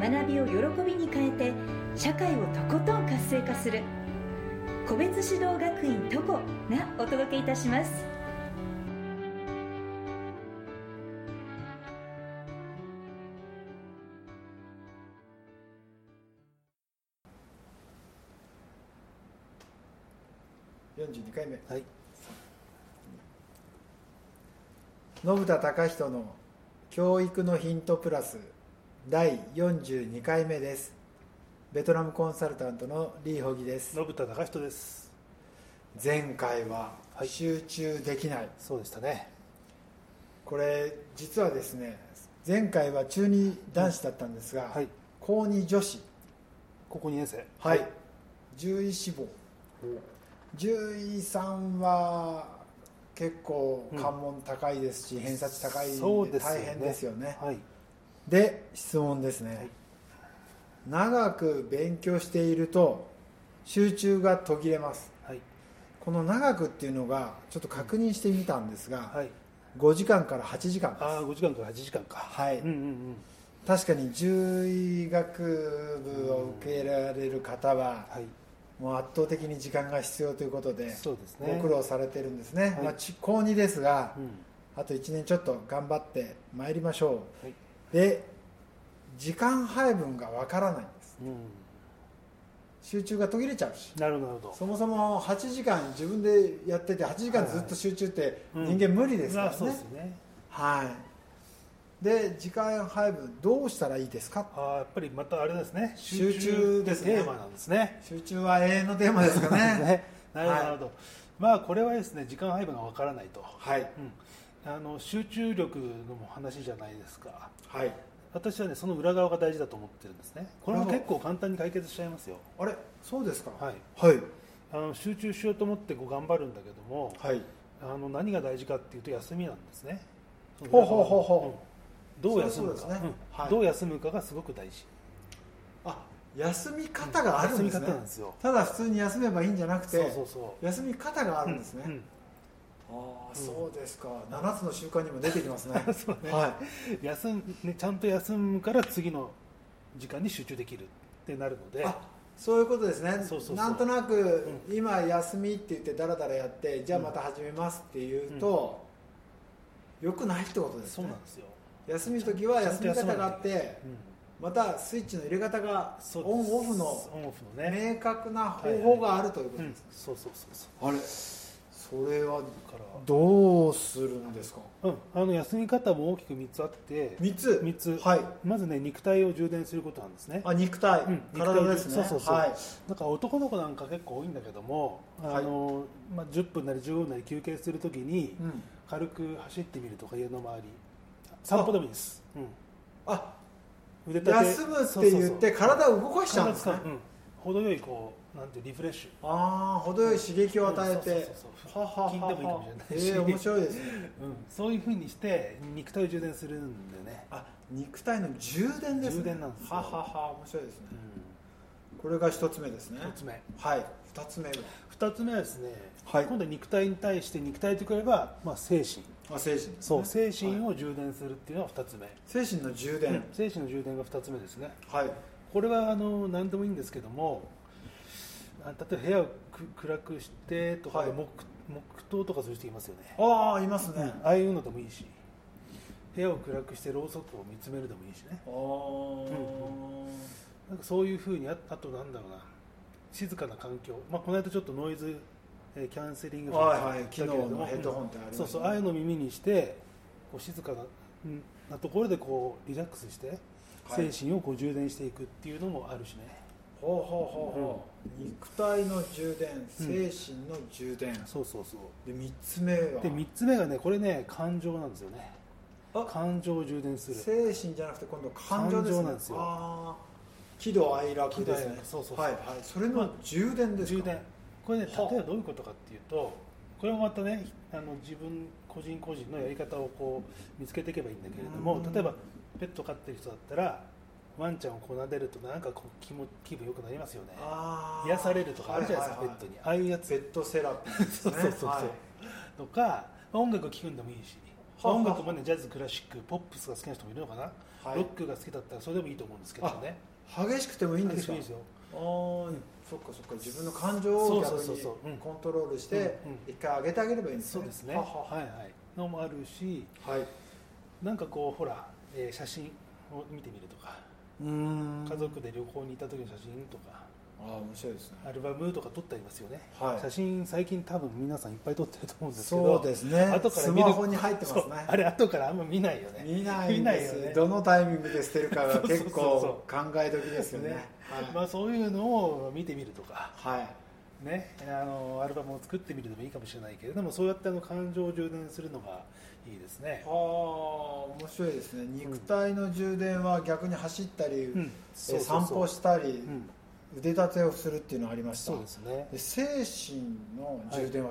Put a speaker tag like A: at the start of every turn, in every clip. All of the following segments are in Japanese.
A: 学びを喜びに変えて社会をとことん活性化する個別指導学院トコがお届けいたします
B: 42回目
C: はい、
B: 信田隆人の教育のヒントプラス第42回目ですベトナムコンサルタントのリー・ホギです
C: 信田隆人です。
B: 前回は
C: はい
B: 集中できない、
C: そうでしたね。
B: これ実はですね前回は中2男子だったんですが、
C: はい、
B: 高2女子
C: ここ2年生。
B: はい、獣医志望獣医さんは結構関門高いですし、偏差値高い
C: そ
B: ん
C: う
B: で
C: ですよね
B: 大変ですよね
C: はい、
B: で質問ですね、
C: い
B: 長く勉強していると集中が途切れます
C: はい、
B: この長くっていうのがちょっと確認してみたんですが、
C: はい。
B: 5時間から8時間です
C: ああ、5時間から8時間か。
B: はい
C: うんうん
B: 確かに獣医学部を受けられる方は
C: うん。はい、
B: もう圧倒的に時間が必要ということで
C: そうですね。
B: ご苦労されてるんですね、
C: はい
B: まあ、ち高2ですが
C: うん、
B: あと1年ちょっと頑張ってまいりましょ
C: はい、
B: うで時間配分がわからないんです
C: うん。
B: 集中が途切れちゃうし
C: なるほど、なるほ
B: そもそも8時間自分でやってて8時間ずっと集中って
C: うん
B: 人間無理
C: ど。
B: ですから
C: まあそうで
B: ね
C: すね。
B: はいで時間配分どうしたらいいですか
C: ああ、やっぱりまたあれですね。
B: 集中ですね
C: テーマなんですね。
B: 集中は永遠のテーマですかね
C: ねなるほど、
B: はい
C: なるほど。まあこれはですね、時間配分がわからないと。
B: はい
C: うん。あの集中力のも話じゃないですか。
B: はい
C: 私はねその裏側が大事だと思ってるんですねこれも結構簡単に解決しちゃいますよ
B: あれそうですか
C: はい
B: はい
C: あの集中しようと思ってこう頑張るんだけども
B: はい
C: あの何が大事かっていうと休みなんですね
B: ほうほうほうほ
C: うんどう休む
B: そ
C: か
B: うですね
C: うん
B: はい
C: どう休むかがすごく大事
B: あ休み方があるんですね
C: 休み方なんですよ
B: ただ普通に休めばいいんじゃなくて
C: そうそうそう
B: 休み方があるんですね、
C: うん
B: ああそうですか7つの習慣にも出てきますね
C: そうね
B: はい
C: うん休んねちゃんと休むから次の時間に集中できるってなるので
B: あそういうことですね
C: そうそうそう
B: なんとなく、今休みって言ってダラダラやってじゃあまた始めますっていうと、良くないってことです
C: そう
B: ね
C: なんですよ、
B: 休む時は
C: ちゃん
B: 休
C: と
B: み
C: 休ま
B: 方
C: なきゃ
B: があって
C: うん
B: またスイッチの入れ方が
C: そう
B: オ
C: です
B: ンオフ
C: オ
B: の
C: ンオフのね
B: 明確な方法があるというこ
C: う
B: とで
C: ん
B: す、、
C: そうそうそうそう
B: あれそれは
C: だから
B: どうするんですか
C: うん、あの休み方も大きく3つあって
B: 3つ
C: 三つ
B: はい
C: まずね肉体を充電することなんですね
B: あ肉体、
C: うん
B: 体ですね
C: 肉体そうそうそう
B: はい
C: だから男の子なんか結構多いんだけども、あのまあ、10分なり15分なり休憩するときに
B: うん
C: 軽く走ってみるとか家の周り散歩でもいいです、
B: あ
C: うん、腕
B: 休むって言って体を動かしちゃうんですね
C: 体使う程よいこうなんていうリフレッシュ
B: ああ程よい刺激を与え
C: うん
B: て
C: そうそうそうそう
B: はははは
C: 筋でもいいかもしれないし
B: ええ面白いですね
C: うん、そういうふうにして肉体を充電するんでね、
B: あ肉体の充電ですね
C: 充電なんですよ
B: ははは面白いですね
C: う
B: これが一つ目ですね
C: ん、1つ目
B: はい二つ目が
C: 2つ目はですね、
B: はい
C: 今度は肉体に対して肉体とくれば、まあ、精神
B: あ精神です、ね、
C: そう精神
B: はい
C: を充電するっていうのが2つ目、
B: 精神の充電、
C: うん精神の充電が2つ目ですね
B: はい
C: これはあの何でもいいんですけどもあ例えば部屋をく暗くしてとか
B: はい
C: で黙,、黙祷とかそういう人いますよね
B: ああいますね、
C: ああいうのでもいいし部屋を暗くしてろうそくを見つめるでもいいしね
B: あ
C: なんかそういうふうにああとなんだろうな静かな環境、まあ、この間ちょっとノイズえーキャンセリング
B: あはいはい
C: だけ
B: 昨
C: れ
B: 日
C: ども
B: のヘッドホンってありました
C: そ
B: ね
C: うそうああいうのを耳にしてこう静かなうんなところでこうリラックスして
B: はい
C: 精神をこう充電していくっていうのもあるしね、
B: ほうほうほうほう、肉体の充電精神の充電、
C: そうそうそう
B: で3つ目は
C: で3つ目がねこれね感情なんですよね
B: あ
C: 感情を充電する
B: 精神じゃなくて今度感情ですね
C: 感情なんですよ
B: あー喜怒哀楽です
C: 喜怒哀
B: ね
C: 楽そうそうそう
B: はいはいそれの充電ですか
C: 充電これね
B: はあ
C: 例えばどういうことかっていうとこれもまたねあの自分個人個人のやり方をこう見つけていけばいいんだけれども
B: うん
C: 例えばペット飼ってる人だったらワンちゃんをこう撫でるとなんかこう気も気分良くなりますよね
B: あー
C: 癒されるとかあるじゃないですか、
B: ははは
C: ペットにああいうや
B: ペ
C: つ
B: ットセラピーですね
C: そうそうそうそう
B: はい
C: とか音楽聴くんでもいいし、
B: はあ
C: 音楽もねジャズクラシックポップスが好きな人もいるのかな、
B: はい
C: ロックが好きだったらそれでもいいと思うんですけどね
B: 激しくてもいいんです
C: 私
B: か
C: もいいですよ
B: あーそっかそっか自分の感情を逆
C: そうそうそうそうう
B: に
C: ん
B: コントロールして
C: うんうん
B: 一回上げてあげればいいんです
C: そう
B: ね
C: ですね
B: は
C: は
B: ははい
C: はいのもあるし
B: はい
C: なんかこうほら、えー写真を見てみるとか
B: うん
C: 家族で旅行に行った時の写真とか
B: ああ面白いですね
C: アルバムとか撮ってありますよね、
B: はい
C: 写真最近多分皆さんいっぱい撮ってると思うんですけど
B: そうですね
C: 後から
B: ス
C: 見る
B: マホに入ってます
C: そう
B: ね
C: あれ後からあんま見ないよね
B: 見ないんです
C: 見ないよね
B: どのタイミングで捨てる かが結構
C: そ
B: 考え時ですよね
C: ねま
B: はい、
C: あ、そういうのを見てみるとか、
B: はい
C: ね、あのアルバムを作ってみるでもいいかもしれないけれどもそうやってあの感情を充電するのがいいですね
B: あー、面白いですね肉体の充電は逆に走ったり、
C: うん
B: え
C: そうそうそう
B: 散歩したり、
C: うん、
B: 腕立てをするっていうのありました
C: そうですね
B: で精神の充電は、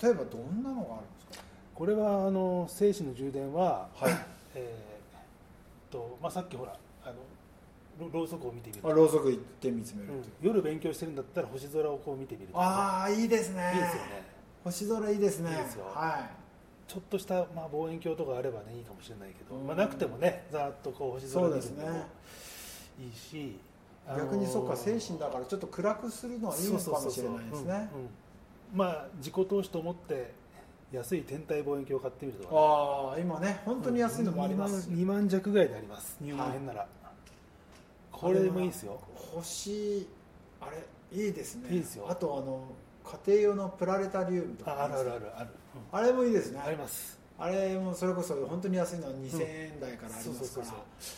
B: 例えばどんなのがあるんです
C: これはあの精神の充電は、
B: かはい
C: えーとまあ、さっきほらあのろろうそくを見てみると
B: あろうそく行って見つめる
C: うん夜勉強してるんだったら星空をこう見てみるとか
B: ああいいですね
C: ねいいですよね
B: 星空いいですね
C: いいですよ
B: は
C: ちょっとした、まあ、望遠鏡とかあればねいいかもしれないけど、
B: うん
C: まあ、なくてもねざーっとこう
B: い
C: 星
B: そ
C: 空
B: う
C: 見
B: で
C: る
B: す
C: の
B: ね
C: もいいし、あのー
B: 逆にそうか精神だからちょっと暗くするのはいいのかもしれないです
C: うんうん
B: ね
C: まあ自己投資と思って安い天体望遠鏡を買ってみるとかね、
B: ああ今ね本当に安いのもありますし
C: 2万弱ぐらいであります入門編なら、これでもいいですよ
B: 星あれいいですね
C: いいですよ
B: あとあの家庭用のプラネタリウムとか
C: ああるあるあるある、
B: あれもいいです
C: う
B: ね
C: んあります
B: あれもそれこそ本当に安いのは2000円台からありますから
C: そうそうそうそう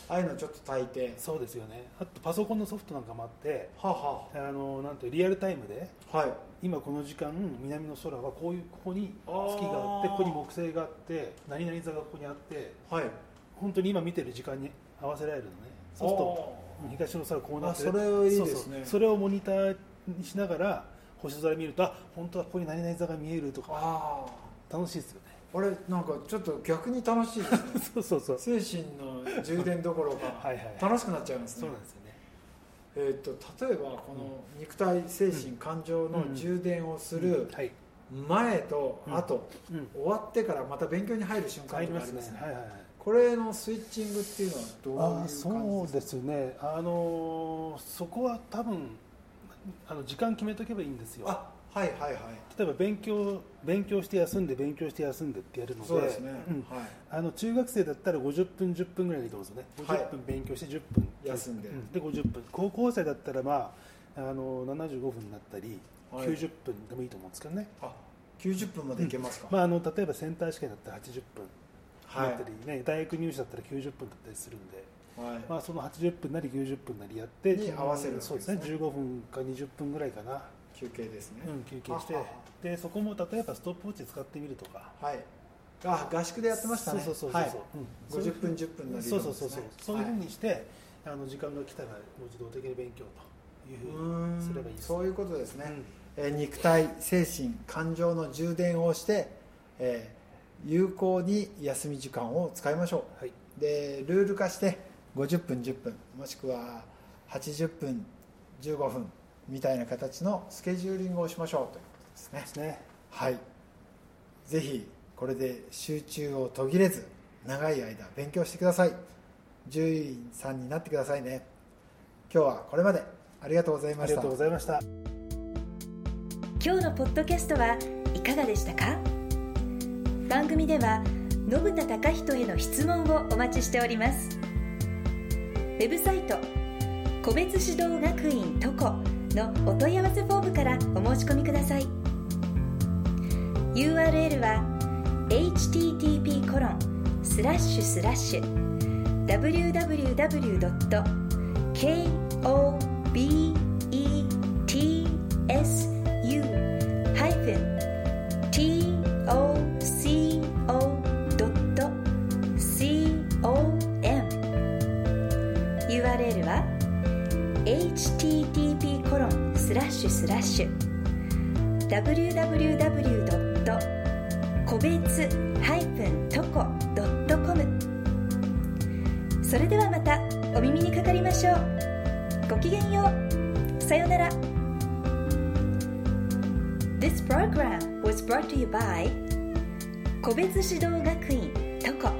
B: ああいうのちょっと炊いて
C: そうですよねあとパソコンのソフトなんかもあって
B: はは
C: あのなんてリアルタイムで
B: はい
C: 今この時間南の空はこういうここに月
B: あ
C: が
B: ー
C: あってここに木星があって何々座がここにあって
B: はい
C: 本当に今見てる時間に合わせられるのねそうすると東の空こうなってる
B: あそれはいいですね
C: そうそうそれをモニターにしながら星空見るとあ本当はここに何々座が見えると
B: あー
C: か
B: あ
C: 楽しいですよ
B: ーあれなんかちょっと逆に楽しいですね
C: ねそうそうそう
B: 精神の充電どころか
C: はいはいはい
B: 楽しくなっちゃいます
C: そ
B: ね
C: うなんですよね
B: えー、と例えばこの肉体精神感情の充電をする
C: はい、
B: 前と
C: うん
B: 後、
C: うん、
B: 終わってからまた勉強に入る瞬間
C: 入
B: と
C: り
B: かあ
C: ま
B: り
C: す
B: ま
C: ね
B: すね
C: はいはいはい
B: これのスイッチングっていうのはどういう
C: あ
B: 感じ
C: ー
B: ですか
C: そうですねあのーそこは多分あの時間決めとけばいいんですよ
B: あはいはいはい
C: 例えば勉強勉強して休んで勉強して休んでってやるので
B: そうですね、
C: うん
B: はい
C: あの中学生だったら50分10分ぐらいでいいと思うんですよ
B: はい
C: ね50分勉強して10分、
B: 休んで
C: うで50分高校生だったらまああの75分になったり、
B: はい
C: 90分でもいいと思うんですけどね、
B: あ90分までいけますか、
C: まあ、あの例えばセンター試験だったら80分
B: は
C: だ
B: い
C: ったり、ね大学入試だったら90分だったりするんで、
B: はい、
C: まあ、その80分なり90分なりやって
B: に合わせるわけですね
C: そうですね15分か20分ぐらいかな、
B: 休憩ですね、
C: うん、休憩して
B: はは
C: でそこも例えばストップウォッチ使ってみるとか
B: ははいあ合宿でやってましたね
C: そうそうそうそう
B: はい
C: そう、
B: 50分10分の理論です
C: そ
B: ね
C: うそうそうそう、そういうふうにしてあの時間が来たらもう自動的に勉強という
B: う
C: ふう
B: ーん
C: にすればいいです
B: そういううことですね、
C: ん
B: えー肉体精神感情の充電をして、えー有効に休み時間を使いましょ
C: はいう
B: でルール化して50分10分もしくは80分15分みたいな形のスケジューリングをしましょうということですね
C: ですね
B: はいぜひこれで集中を途切れず長い間勉強してください獣医さんになってくださいね今日はこれまでありがとうござい
C: あ
B: ま
C: り
B: し
C: が
B: た
C: とうございました
A: 今日のポッドキャストはいかがでしたか番組では信田貴人への質問をお待ちしておりますウェブサイト個別指導学院トコのお問い合わせフォームからお申し込みください URL は http コロンスラッシュスラッシュ www. kobetu-toco.com スラッシュ www. 個別 -toco.com それではまたお耳にかかりましょうごきげんようさようなら This program was brought to you by 個別指導学院 TOCO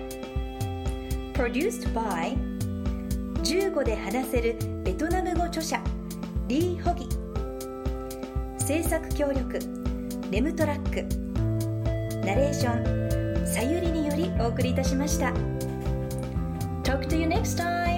A: Produced by 15で話せるベトナム語著者リー・ホギ制作協力レムトラックナレーションさゆりによりお送りいたしました Talk to you next time!